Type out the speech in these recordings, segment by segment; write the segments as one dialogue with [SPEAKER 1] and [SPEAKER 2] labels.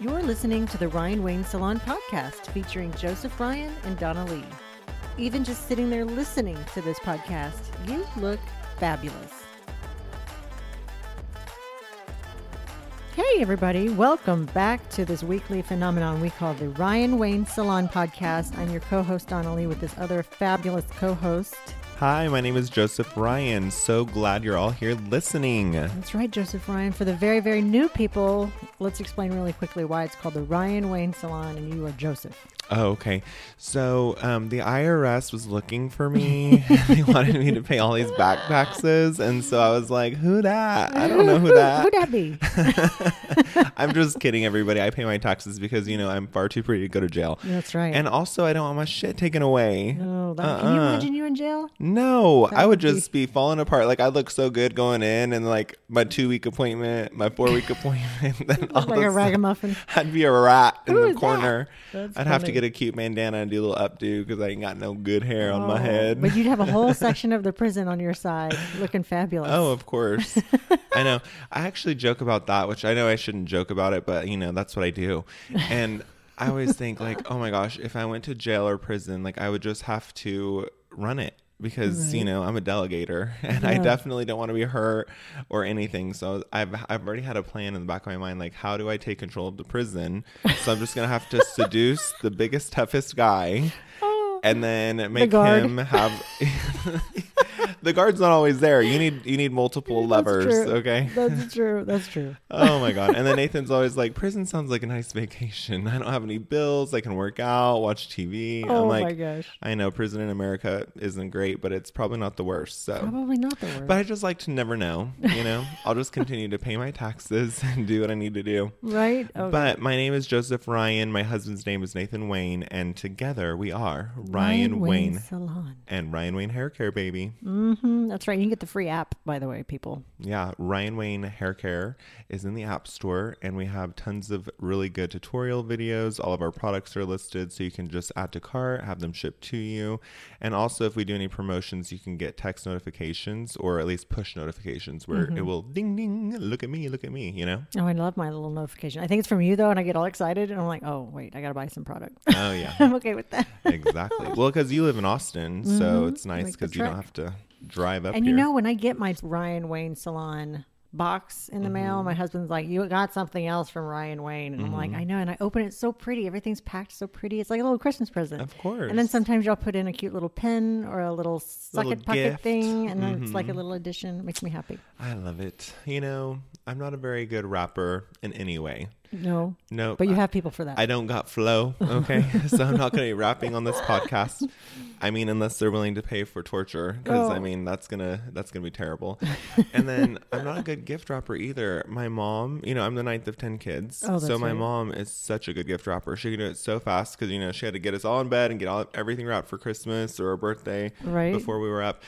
[SPEAKER 1] You're listening to the Ryan Wayne Salon podcast featuring Joseph Ryan and Donna Lee. Even just sitting there listening to this podcast, you look fabulous. Hey, everybody, welcome back to this weekly phenomenon we call the Ryan Wayne Salon podcast. I'm your co host, Donna Lee, with this other fabulous co host.
[SPEAKER 2] Hi, my name is Joseph Ryan. So glad you're all here listening.
[SPEAKER 1] That's right, Joseph Ryan. For the very, very new people, let's explain really quickly why it's called the Ryan Wayne Salon and you are Joseph.
[SPEAKER 2] Oh, okay. So um, the IRS was looking for me. they wanted me to pay all these back taxes. And so I was like, who that? I don't know who that.
[SPEAKER 1] Who that be?
[SPEAKER 2] I'm just kidding, everybody. I pay my taxes because, you know, I'm far too pretty to go to jail.
[SPEAKER 1] That's right.
[SPEAKER 2] And also, I don't want my shit taken away.
[SPEAKER 1] oh, that, can you
[SPEAKER 2] Uh-uh.
[SPEAKER 1] imagine you in jail?
[SPEAKER 2] No, I would
[SPEAKER 1] would
[SPEAKER 2] just be falling apart. Like I look so good going in, and like my two week appointment, my four week appointment, then all
[SPEAKER 1] Like
[SPEAKER 2] of
[SPEAKER 1] a
[SPEAKER 2] a sudden,
[SPEAKER 1] ragamuffin.
[SPEAKER 2] I'd be a rat in
[SPEAKER 1] Who
[SPEAKER 2] the
[SPEAKER 1] is that?
[SPEAKER 2] corner.
[SPEAKER 1] That's
[SPEAKER 2] I'd have to
[SPEAKER 1] funny.
[SPEAKER 2] get a cute bandana and do a little updo because I ain't got no good hair on my
[SPEAKER 1] Oh,
[SPEAKER 2] head.
[SPEAKER 1] But you'd have a whole section of the prison on your side looking fabulous.
[SPEAKER 2] Oh, of course. I know. I actually joke about that, which I know I shouldn't joke about it, but you know, that's what I do. And I always think like, oh my gosh, if I went to jail or prison, like I would just have to run it because, you know, I'm a delegator and I
[SPEAKER 1] Yeah.
[SPEAKER 2] definitely don't want to be hurt or anything. So I've I've already had a plan in the back of my mind like how do I take control of the prison? So I'm just going to have to seduce the biggest toughest guy
[SPEAKER 1] Oh,
[SPEAKER 2] and then make
[SPEAKER 1] guard.
[SPEAKER 2] him have the guard's not always there. You need you need multiple
[SPEAKER 1] That's
[SPEAKER 2] levers,
[SPEAKER 1] true.
[SPEAKER 2] okay?
[SPEAKER 1] That's true. That's true.
[SPEAKER 2] Oh my god. And then Nathan's always like, prison sounds like a nice vacation. I don't have any bills. I can work out, watch TV.
[SPEAKER 1] Oh
[SPEAKER 2] I'm
[SPEAKER 1] my
[SPEAKER 2] like,
[SPEAKER 1] gosh.
[SPEAKER 2] I know prison in America isn't great, but it's probably not the worst. So
[SPEAKER 1] Probably not the word.
[SPEAKER 2] but I just like to never know, you know? I'll just continue to pay my taxes and do what I need to do.
[SPEAKER 1] right? Oh, Okay.
[SPEAKER 2] But my name is Joseph Ryan. My husband's name is Nathan Wayne. And together we are Ryan, Wayne
[SPEAKER 1] Salon.
[SPEAKER 2] and Ryan Wayne Hair Care, baby.
[SPEAKER 1] hmm That's right. You can get the free app, by the way, people.
[SPEAKER 2] Yeah, Ryan Wayne Hair Care is in the App Store, and we have tons of really good tutorial videos. All of our products are listed, so you can just add to cart, have them shipped to you. And also, if we do any promotions, you can get text notifications or at least push notifications where
[SPEAKER 1] Mm-hmm.
[SPEAKER 2] it will ding ding, look at me, look at me, you know?
[SPEAKER 1] Oh, I love my little notification. I think it's from you though, and I get all excited, and I'm like, oh wait, I gotta buy some product.
[SPEAKER 2] Oh, yeah,
[SPEAKER 1] I'm okay with that.
[SPEAKER 2] exactly. Well, because you live in Austin, so it's nice
[SPEAKER 1] Mm-hmm. like the
[SPEAKER 2] because you don't
[SPEAKER 1] trek.
[SPEAKER 2] have to drive up
[SPEAKER 1] And
[SPEAKER 2] here.
[SPEAKER 1] you know, when I get my Ryan Wayne salon box in the mail,
[SPEAKER 2] Mm-hmm.
[SPEAKER 1] my husband's like, you got something else from Ryan Wayne, and I'm like, I know. And I open it it's so pretty. Everything's packed so pretty. It's like a little Christmas present.
[SPEAKER 2] of course.
[SPEAKER 1] And then sometimes y'all put in a cute little pin or a little socket
[SPEAKER 2] Little
[SPEAKER 1] pocket
[SPEAKER 2] gift. Mm-hmm.
[SPEAKER 1] thing, and then it's like a little addition. It makes me happy.
[SPEAKER 2] I love it. You know, I'm not a very good rapper in any way.
[SPEAKER 1] No,
[SPEAKER 2] No,
[SPEAKER 1] but you have people for that.
[SPEAKER 2] Oh, I don't got flow, okay? so I'm not going to be rapping on this podcast. I mean, unless they're willing to pay for torture, because I
[SPEAKER 1] Oh.
[SPEAKER 2] mean that's gonna that's gonna be terrible. and then I'm not a good gift wrapper either. My mom, you know, I'm the ninth of ten kids,
[SPEAKER 1] Oh,
[SPEAKER 2] so
[SPEAKER 1] that's
[SPEAKER 2] my
[SPEAKER 1] right.
[SPEAKER 2] mom is such a good gift wrapper. She can do it so fast because you know she had to get us all in bed and get all everything wrapped for Christmas or a birthday
[SPEAKER 1] Right.
[SPEAKER 2] before we were up.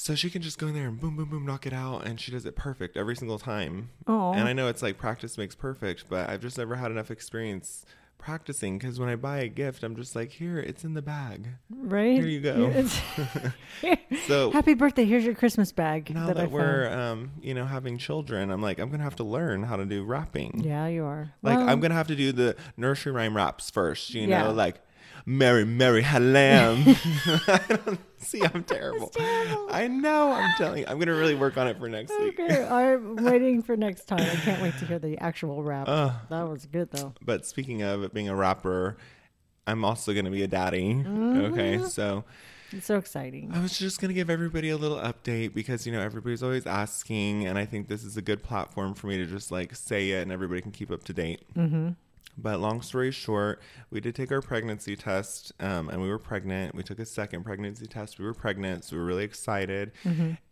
[SPEAKER 2] So she can just go in there and boom, boom, boom, knock it out, and she does it perfect every single time.
[SPEAKER 1] Aw.
[SPEAKER 2] And I know it's like practice makes perfect, but I've just never had enough experience practicing because when I buy a gift, I'm just like, here, it's in the bag.
[SPEAKER 1] right?
[SPEAKER 2] Here you go. So
[SPEAKER 1] Happy birthday. Here's your Christmas bag.
[SPEAKER 2] now
[SPEAKER 1] that,
[SPEAKER 2] that,
[SPEAKER 1] I found.
[SPEAKER 2] we're, um, you know, having children, I'm like, I'm gonna have to learn how to do rapping.
[SPEAKER 1] Yeah, you are.
[SPEAKER 2] Like,
[SPEAKER 1] Well,
[SPEAKER 2] I'm gonna have to do the nursery rhyme raps first. You
[SPEAKER 1] Yeah.
[SPEAKER 2] know, like. Mary, Mary, Halam. I don't- See, I'm terrible.
[SPEAKER 1] terrible. Oh,
[SPEAKER 2] I know. I'm telling you, I'm gonna really work on it for next week.
[SPEAKER 1] Okay, I'm waiting for next time. I can't wait to hear the actual rap.
[SPEAKER 2] Uh.
[SPEAKER 1] that was good though.
[SPEAKER 2] But speaking of it being a rapper, I'm also going to be a daddy. Okay. So
[SPEAKER 1] It's so exciting.
[SPEAKER 2] I was just going to give everybody a little update because, you know, everybody's always asking. And I think this is a good platform for me to just like say it and everybody can keep up to date. Mm-hmm. But long story short, we did take our pregnancy test um, and we were pregnant. We took a second pregnancy test. We were pregnant. So we were really excited.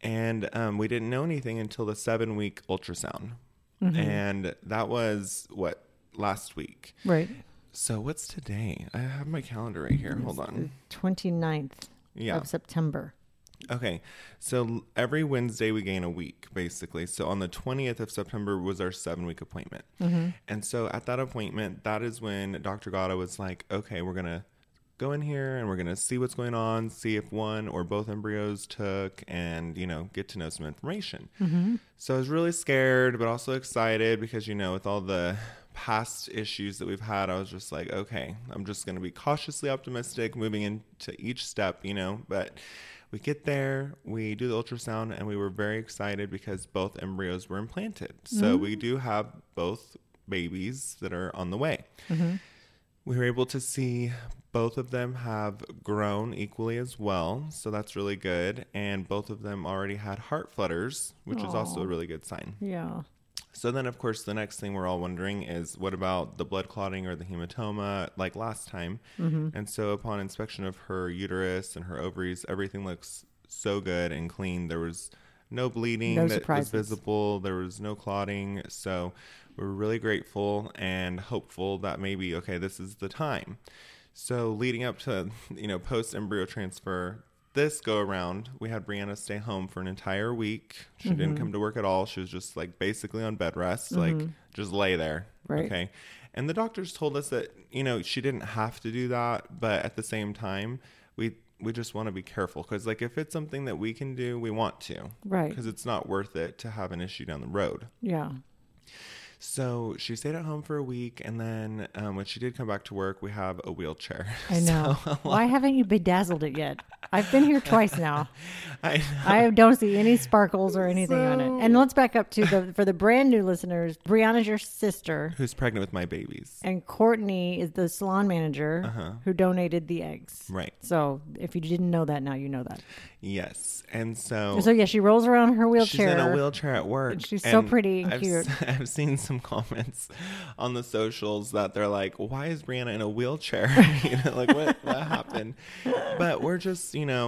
[SPEAKER 2] And um, we didn't know anything until the seven week ultrasound. And that was what? Last week.
[SPEAKER 1] Right.
[SPEAKER 2] So what's today? I have my calendar right here. Hold on.
[SPEAKER 1] 29th
[SPEAKER 2] Yeah.
[SPEAKER 1] of September.
[SPEAKER 2] Okay. So l- every Wednesday we gain a week, basically. So on the 20th of September was our seven week appointment. And so at that appointment, that is when Dr. Gata was like, okay, we're going to go in here and we're going to see what's going on, see if one or both embryos took, and, you know, get to know some information. So I was really scared, but also excited because, you know, with all the past issues that we've had, I was just like, okay, I'm just going to be cautiously optimistic moving into each step, you know. But we get there, we do the ultrasound, and we were very excited because both embryos were implanted. So we do have both babies that are on the way. We were able to see both of them have grown equally as well. So that's really good. And both of them already had heart flutters, which is also a really good sign.
[SPEAKER 1] Yeah.
[SPEAKER 2] So then, of course, the next thing we're all wondering is what about the blood clotting or the hematoma like last time?
[SPEAKER 1] Mm-hmm.
[SPEAKER 2] And so, upon inspection of her uterus and her ovaries, everything looks so good and clean. There was no bleeding
[SPEAKER 1] No
[SPEAKER 2] that
[SPEAKER 1] surprises.
[SPEAKER 2] was visible, there was no clotting. So, we're really grateful and hopeful that maybe, okay, this is the time. So, leading up to, you know, post embryo transfer, this go around, we had Brianna stay home for an entire week. She didn't come to work at all. She was just like basically on bed rest, like just lay there.
[SPEAKER 1] Right.
[SPEAKER 2] Okay. And the doctors told us that, you know, she didn't have to do that, but at the same time, we we just want to be careful cuz like if it's something that we can do, we want to.
[SPEAKER 1] Right.
[SPEAKER 2] Cuz it's not worth it to have an issue down the road.
[SPEAKER 1] Yeah.
[SPEAKER 2] So she stayed at home for a week, and then um, when she did come back to work, we have a wheelchair.
[SPEAKER 1] I know.
[SPEAKER 2] uh,
[SPEAKER 1] Why haven't you bedazzled it yet? I've been here twice now.
[SPEAKER 2] I know.
[SPEAKER 1] I don't see any sparkles or anything on
[SPEAKER 2] So-
[SPEAKER 1] it. And let's back up to the for the brand new listeners. Brianna's your sister,
[SPEAKER 2] Who's pregnant with my babies?
[SPEAKER 1] and Courtney is the salon manager who donated the eggs.
[SPEAKER 2] Uh-huh. Right.
[SPEAKER 1] So if you didn't know that, now you know that.
[SPEAKER 2] Yes. And so,
[SPEAKER 1] So yeah, she rolls around in her
[SPEAKER 2] Oh. she's
[SPEAKER 1] wheelchair.
[SPEAKER 2] in a wheelchair at work.
[SPEAKER 1] And she's so pretty and
[SPEAKER 2] I've,
[SPEAKER 1] cute.
[SPEAKER 2] s- I've seen some comments on the socials that they're like, "Why is Brianna in a wheelchair? you know, like what what happened?" But we're just, you know.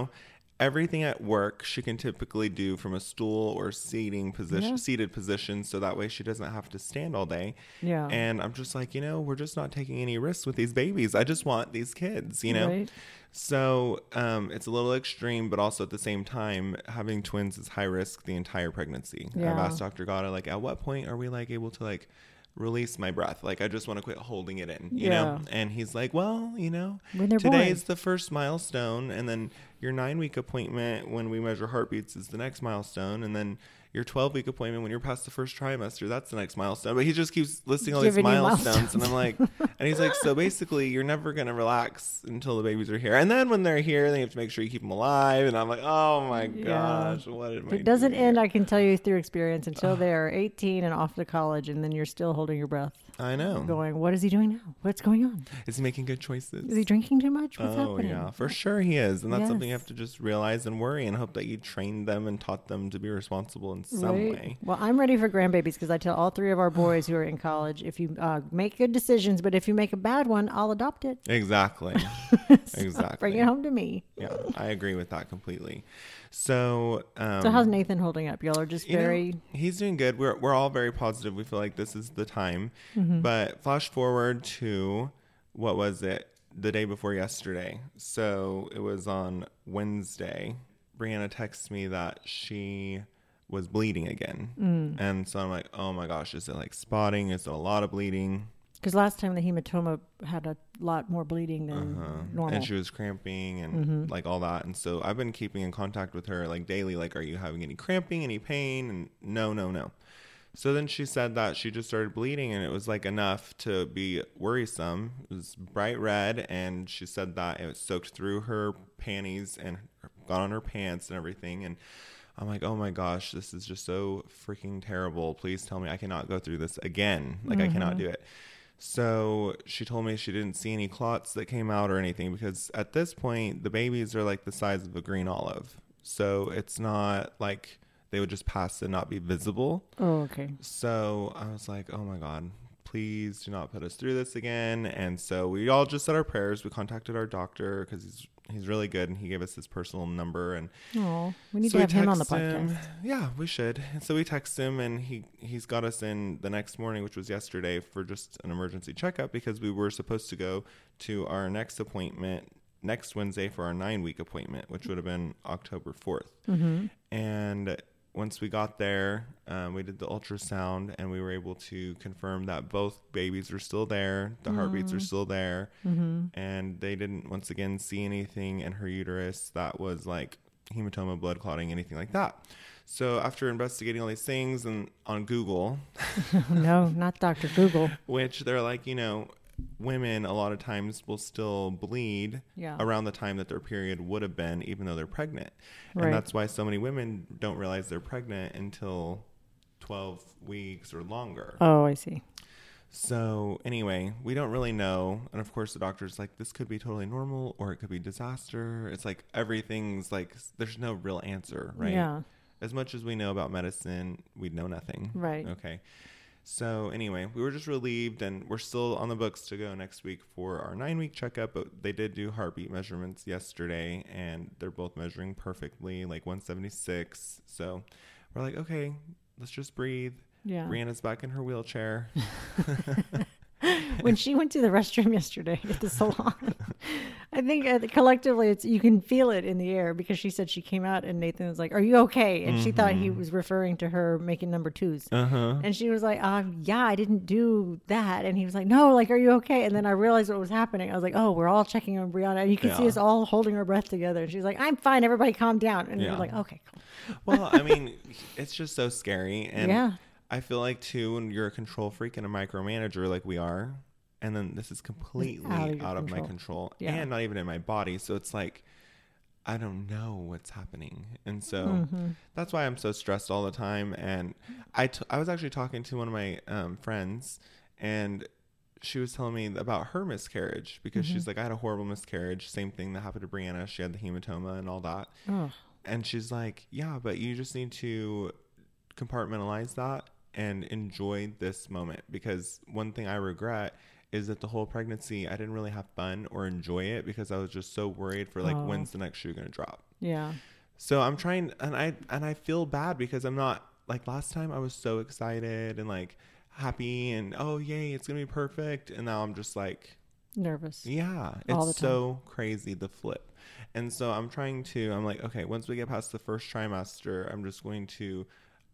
[SPEAKER 2] Everything at work she can typically do from a stool or seating position, seated position, so that way she doesn't have to stand all day.
[SPEAKER 1] Yeah.
[SPEAKER 2] And I'm just like, you know, we're just not taking any risks with these babies. I just want these kids, you know?
[SPEAKER 1] Right.
[SPEAKER 2] So um, it's a little extreme, but also at the same time, having twins is high risk the entire pregnancy. I've
[SPEAKER 1] Yeah.
[SPEAKER 2] asked Dr. Gada, like, at what point are we like able to like release my breath? Like, I just want to quit holding it in, you know? And he's like, well, you know,
[SPEAKER 1] When they're born.
[SPEAKER 2] today is the first milestone, and then your nine week appointment when we measure heartbeats is the next milestone, and then your 12 week appointment when you're past the first trimester, that's the next milestone. But he just keeps listing all these
[SPEAKER 1] Giving you
[SPEAKER 2] milestones, and I'm like, and he's like, so basically, you're never gonna relax until the babies are here, and then when they're here, they have to make sure you keep them alive. And I'm like, oh my gosh, what am I?
[SPEAKER 1] It doesn't
[SPEAKER 2] doing?
[SPEAKER 1] end, I can tell you through experience, until they're 18 and off to college, and then you're still holding your breath,
[SPEAKER 2] I know.
[SPEAKER 1] going, What is he doing now? What's going on?
[SPEAKER 2] Is he making good choices?
[SPEAKER 1] Is he drinking too much? What's
[SPEAKER 2] Oh
[SPEAKER 1] happening?
[SPEAKER 2] yeah, for sure he is, and that's something you
[SPEAKER 1] Yes.
[SPEAKER 2] have to just realize and worry and hope that you trained them and taught them to be responsible in some
[SPEAKER 1] Right?
[SPEAKER 2] way.
[SPEAKER 1] Well, I'm ready for grandbabies because I tell all three of our boys who are in college if you uh, make good decisions, but if you make a bad one, I'll adopt it.
[SPEAKER 2] Exactly. exactly.
[SPEAKER 1] Bring it home to me.
[SPEAKER 2] Yeah, I agree with that completely. So, um,
[SPEAKER 1] So, how's Nathan holding up? Y'all are just
[SPEAKER 2] you know,
[SPEAKER 1] very.
[SPEAKER 2] he's doing good. We're we're all very positive. We feel like this is the time.
[SPEAKER 1] Mm-hmm.
[SPEAKER 2] But flash forward to what was it? The day before yesterday. So it was on Wednesday. Brianna texts me that she was bleeding again.
[SPEAKER 1] Mm.
[SPEAKER 2] And so I'm like, oh my gosh, is it like spotting? Is it a lot of bleeding?
[SPEAKER 1] Because last time the hematoma had a lot more bleeding than normal.
[SPEAKER 2] Uh-huh. and she was cramping and like all that and so i've been keeping in contact with her like daily like are you having any cramping any pain and no no no so then she said that she just started bleeding and it was like enough to be worrisome it was bright red and she said that it soaked through her panties and got on her pants and everything and I'm like, oh my gosh, this is just so freaking terrible. Please tell me I cannot go through this again. Like, I cannot do it. So she told me she didn't see any clots that came out or anything because at this point, the babies are like the size of a green olive. So it's not like they would just pass and not be visible.
[SPEAKER 1] oh, okay.
[SPEAKER 2] So I was like, oh my God, please do not put us through this again. And so we all just said our prayers. We contacted our doctor because he's, he's really good and he gave us his personal number. And
[SPEAKER 1] Oh, we need to
[SPEAKER 2] so we
[SPEAKER 1] have him on the
[SPEAKER 2] text
[SPEAKER 1] podcast.
[SPEAKER 2] him- Yeah, we should. And so we text him, and he he's got us in the next morning, which was yesterday, for just an emergency checkup because we were supposed to go to our next appointment next Wednesday for our nine week appointment, which would have been October 4th
[SPEAKER 1] Mm-hmm.
[SPEAKER 2] And once we got there, um, we did the ultrasound, and we were able to confirm that both babies were still there, the heartbeats are still there, and they didn't once again see anything in her uterus that was like hematoma, blood clotting, anything like that. So after investigating all these things and on Google,
[SPEAKER 1] no, not Dr. Google.
[SPEAKER 2] which they're like, you know, women a lot of times will still bleed
[SPEAKER 1] Yeah.
[SPEAKER 2] around the time that their period would have been, even though they're pregnant.
[SPEAKER 1] Right.
[SPEAKER 2] And that's why so many women don't realize they're pregnant until 12 weeks or longer.
[SPEAKER 1] Oh, I see.
[SPEAKER 2] So, anyway, we don't really know. And of course, the doctor's like, this could be totally normal or it could be disaster. It's like everything's like, s- there's no real answer, right?
[SPEAKER 1] Yeah.
[SPEAKER 2] As much as we know about medicine, we know nothing.
[SPEAKER 1] Right.
[SPEAKER 2] Okay. So, anyway, we were just relieved and we're still on the books to go next week for our nine week checkup. But they did do heartbeat measurements yesterday and they're both measuring perfectly, like 176. So, we're like, okay, let's just breathe.
[SPEAKER 1] Yeah.
[SPEAKER 2] Brianna's back in her wheelchair.
[SPEAKER 1] when she went to the restroom yesterday at the salon, I think uh, collectively it's you can feel it in the air because she said she came out and Nathan was like, "Are you okay?" And she thought
[SPEAKER 2] Mm-hmm.
[SPEAKER 1] he was referring to her making number twos.
[SPEAKER 2] Uh-huh.
[SPEAKER 1] And she was like, um, yeah, I didn't do that. And he was like, no, like, are you okay? And then I realized what was happening. I was like, oh, we're all checking on Brianna. And you can see
[SPEAKER 2] Yeah.
[SPEAKER 1] us all holding our breath together. And she's like, I'm fine. Everybody calm down. And
[SPEAKER 2] Yeah.
[SPEAKER 1] we're like, okay, cool.
[SPEAKER 2] Well, I mean, it's just so scary. And
[SPEAKER 1] Yeah.
[SPEAKER 2] I feel like, too, when you're a control freak and a micromanager like we are, and then this is completely
[SPEAKER 1] out
[SPEAKER 2] out
[SPEAKER 1] of
[SPEAKER 2] of,
[SPEAKER 1] your
[SPEAKER 2] my
[SPEAKER 1] control.
[SPEAKER 2] control
[SPEAKER 1] Yeah.
[SPEAKER 2] and not even in my body. So it's like, I don't know what's happening. And so
[SPEAKER 1] Mm-hmm.
[SPEAKER 2] that's why I'm so stressed all the time. And I, t- I was actually talking to one of my um, friends, and she was telling me about her miscarriage because she's
[SPEAKER 1] Mm-hmm.
[SPEAKER 2] like, I had a horrible miscarriage. Same thing that happened to Brianna. She had the hematoma and all that.
[SPEAKER 1] Oh,
[SPEAKER 2] And she's like, Yeah, but you just need to compartmentalize that and enjoy this moment. Because one thing I regret is that the whole pregnancy, I didn't really have fun or enjoy it because I was just so worried for like,
[SPEAKER 1] Oh.
[SPEAKER 2] when's the next shoe gonna drop?
[SPEAKER 1] yeah.
[SPEAKER 2] So I'm trying, and I and I feel bad because I'm not like last time. I was so excited and like happy and oh yay, it's gonna be perfect. And now I'm just like,
[SPEAKER 1] Nervous.
[SPEAKER 2] yeah,
[SPEAKER 1] All
[SPEAKER 2] it's
[SPEAKER 1] the time.
[SPEAKER 2] so crazy the flip. And so I'm trying to I'm like, okay, once we get past the first trimester, I'm just going to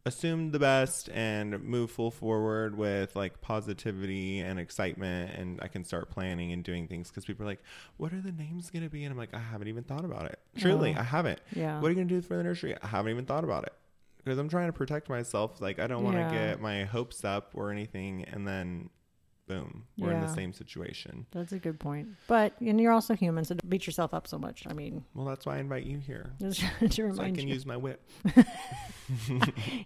[SPEAKER 2] assume the best and move full forward with like positivity and excitement and I can start planning and doing things cuz people are like, what are the names going to be? And I'm like, I haven't even thought about it. Truly,
[SPEAKER 1] Oh.
[SPEAKER 2] I haven't.
[SPEAKER 1] Yeah.
[SPEAKER 2] What are you going to do for the nursery? I haven't even thought about it. Cuz I'm trying to protect myself. Like I don't want to
[SPEAKER 1] Yeah.
[SPEAKER 2] get my hopes up or anything and then boom, we're in
[SPEAKER 1] Yeah.
[SPEAKER 2] the same situation.
[SPEAKER 1] That's a good point. But, and you're also human, so don't beat yourself up so much. I mean,
[SPEAKER 2] Well, that's why I invite you here.
[SPEAKER 1] just to
[SPEAKER 2] So I
[SPEAKER 1] remind
[SPEAKER 2] can
[SPEAKER 1] you,
[SPEAKER 2] use my whip.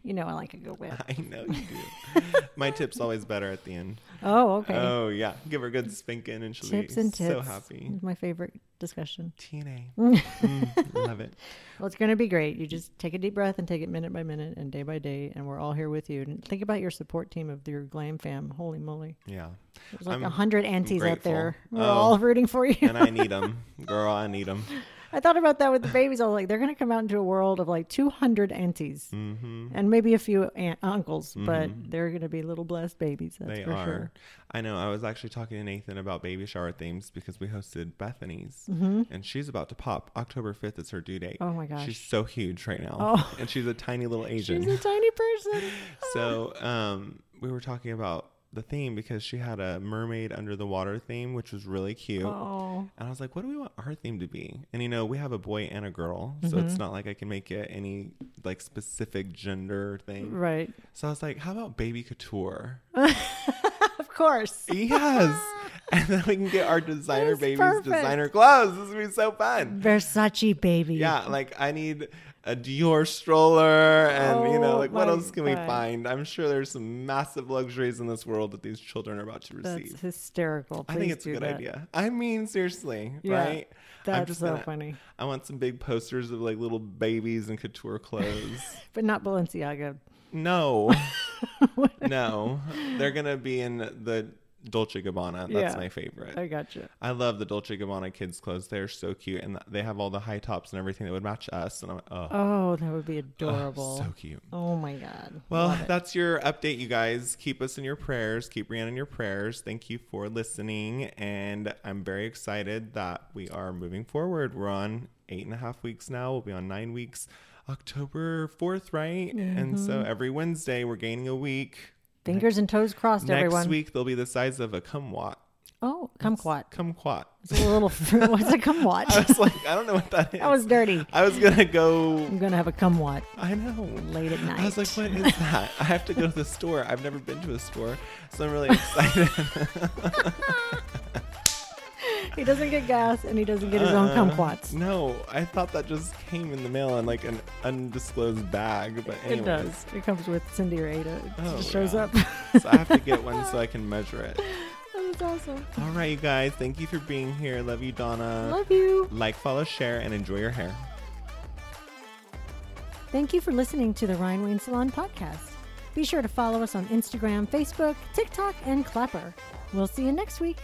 [SPEAKER 1] you know, I like a good whip.
[SPEAKER 2] I know you do. my tip's always better at the end.
[SPEAKER 1] Oh, okay.
[SPEAKER 2] Oh, yeah. Give her a good spanking and she'll
[SPEAKER 1] Tips
[SPEAKER 2] be
[SPEAKER 1] and tips.
[SPEAKER 2] so happy.
[SPEAKER 1] My favorite discussion.
[SPEAKER 2] TNA. Mm, love it.
[SPEAKER 1] Well, it's going to be great. You just take a deep breath and take it minute by minute and day by day, and we're all here with you. And think about your support team of your glam fam. Holy moly,
[SPEAKER 2] Yeah.
[SPEAKER 1] there's like
[SPEAKER 2] I'm-
[SPEAKER 1] a hundred aunties out
[SPEAKER 2] grateful.
[SPEAKER 1] there. We're
[SPEAKER 2] Oh.
[SPEAKER 1] all rooting for you.
[SPEAKER 2] And I need them. Girl, I need them.
[SPEAKER 1] I thought about that with the babies. I was like, they're going to come out into a world of like 200 aunties
[SPEAKER 2] Mm-hmm.
[SPEAKER 1] and maybe a few aunt, uncles, but they're going to be little blessed babies. That's
[SPEAKER 2] They
[SPEAKER 1] for
[SPEAKER 2] are.
[SPEAKER 1] sure.
[SPEAKER 2] I know. I was actually talking to Nathan about baby shower themes because we hosted Bethany's and she's about to pop. October 5th is her due date.
[SPEAKER 1] Mm-hmm. Oh my gosh.
[SPEAKER 2] She's so huge right now.
[SPEAKER 1] Oh.
[SPEAKER 2] And she's a tiny little Asian.
[SPEAKER 1] She's a tiny person.
[SPEAKER 2] so um, we were talking about the theme because she had a mermaid under the water theme, which was really cute.
[SPEAKER 1] Oh,
[SPEAKER 2] And I was like, what do we want our theme to be? And you know, we have a boy and a girl, so
[SPEAKER 1] Mm-hmm.
[SPEAKER 2] it's not like I can make it any like specific gender thing.
[SPEAKER 1] right.
[SPEAKER 2] So I was like, how about baby couture?
[SPEAKER 1] Of course.
[SPEAKER 2] yes. And then we can get our designer
[SPEAKER 1] That's
[SPEAKER 2] babies
[SPEAKER 1] perfect.
[SPEAKER 2] designer clothes. This would be so fun.
[SPEAKER 1] Versace baby.
[SPEAKER 2] Yeah, like I need a Dior stroller and you
[SPEAKER 1] Oh
[SPEAKER 2] know, like what
[SPEAKER 1] my
[SPEAKER 2] else can we
[SPEAKER 1] God.
[SPEAKER 2] find? I'm sure there's some massive luxuries in this world that these children are about to receive.
[SPEAKER 1] That's hysterical.
[SPEAKER 2] I think
[SPEAKER 1] Please
[SPEAKER 2] it's a
[SPEAKER 1] do
[SPEAKER 2] good
[SPEAKER 1] that.
[SPEAKER 2] idea. I mean, seriously,
[SPEAKER 1] Yeah,
[SPEAKER 2] right?
[SPEAKER 1] That's so
[SPEAKER 2] gonna-
[SPEAKER 1] funny.
[SPEAKER 2] I want some big posters of like little babies in couture clothes.
[SPEAKER 1] But not Balenciaga.
[SPEAKER 2] no, no, they're gonna be in the Dolce Gabbana. That's
[SPEAKER 1] Yeah.
[SPEAKER 2] my favorite.
[SPEAKER 1] I gotcha.
[SPEAKER 2] I love the Dolce Gabbana kids' clothes. They're so cute, and they have all the high tops and everything that would match us. And I'm oh,
[SPEAKER 1] Oh, that would be
[SPEAKER 2] oh,
[SPEAKER 1] adorable.
[SPEAKER 2] so cute.
[SPEAKER 1] oh my god.
[SPEAKER 2] Well,
[SPEAKER 1] Love it.
[SPEAKER 2] that's your update, you guys. Keep us in your prayers. Keep Rihanna in your prayers. Thank you for listening. And I'm very excited that we are moving forward. We're on eight and a half weeks now. We'll be on nine weeks October 4th, right? And so every Wednesday, we're gaining a week.
[SPEAKER 1] fingers and toes crossed,
[SPEAKER 2] Next
[SPEAKER 1] everyone.
[SPEAKER 2] week, they'll be the size of a kumquat.
[SPEAKER 1] Oh, kumquat.
[SPEAKER 2] Kumquat.
[SPEAKER 1] It's a little. What's a
[SPEAKER 2] I
[SPEAKER 1] kumquat?
[SPEAKER 2] was like, I don't know what that is.
[SPEAKER 1] That was dirty.
[SPEAKER 2] I was gonna go.
[SPEAKER 1] I'm gonna have a kumquat
[SPEAKER 2] I know.
[SPEAKER 1] late at night.
[SPEAKER 2] I was like, what is that? I have to go to the store. I've never been to a store, so I'm really excited.
[SPEAKER 1] he doesn't get gas and he doesn't get his own
[SPEAKER 2] Uh-uh.
[SPEAKER 1] kumquats.
[SPEAKER 2] No, I thought that just came in the mail in like an undisclosed bag. But anyways,
[SPEAKER 1] It does. It comes with Cindy or Ada. It
[SPEAKER 2] Oh,
[SPEAKER 1] just shows
[SPEAKER 2] yeah.
[SPEAKER 1] up.
[SPEAKER 2] so I have to get one so I can measure it.
[SPEAKER 1] That's awesome.
[SPEAKER 2] All right, you guys. Thank you for being here. Love you, Donna.
[SPEAKER 1] Love you.
[SPEAKER 2] like, follow, share, and enjoy your hair.
[SPEAKER 1] Thank you for listening to the Ryan Wayne Salon podcast. Be sure to follow us on Instagram, Facebook, TikTok, and Clapper. We'll see you next week.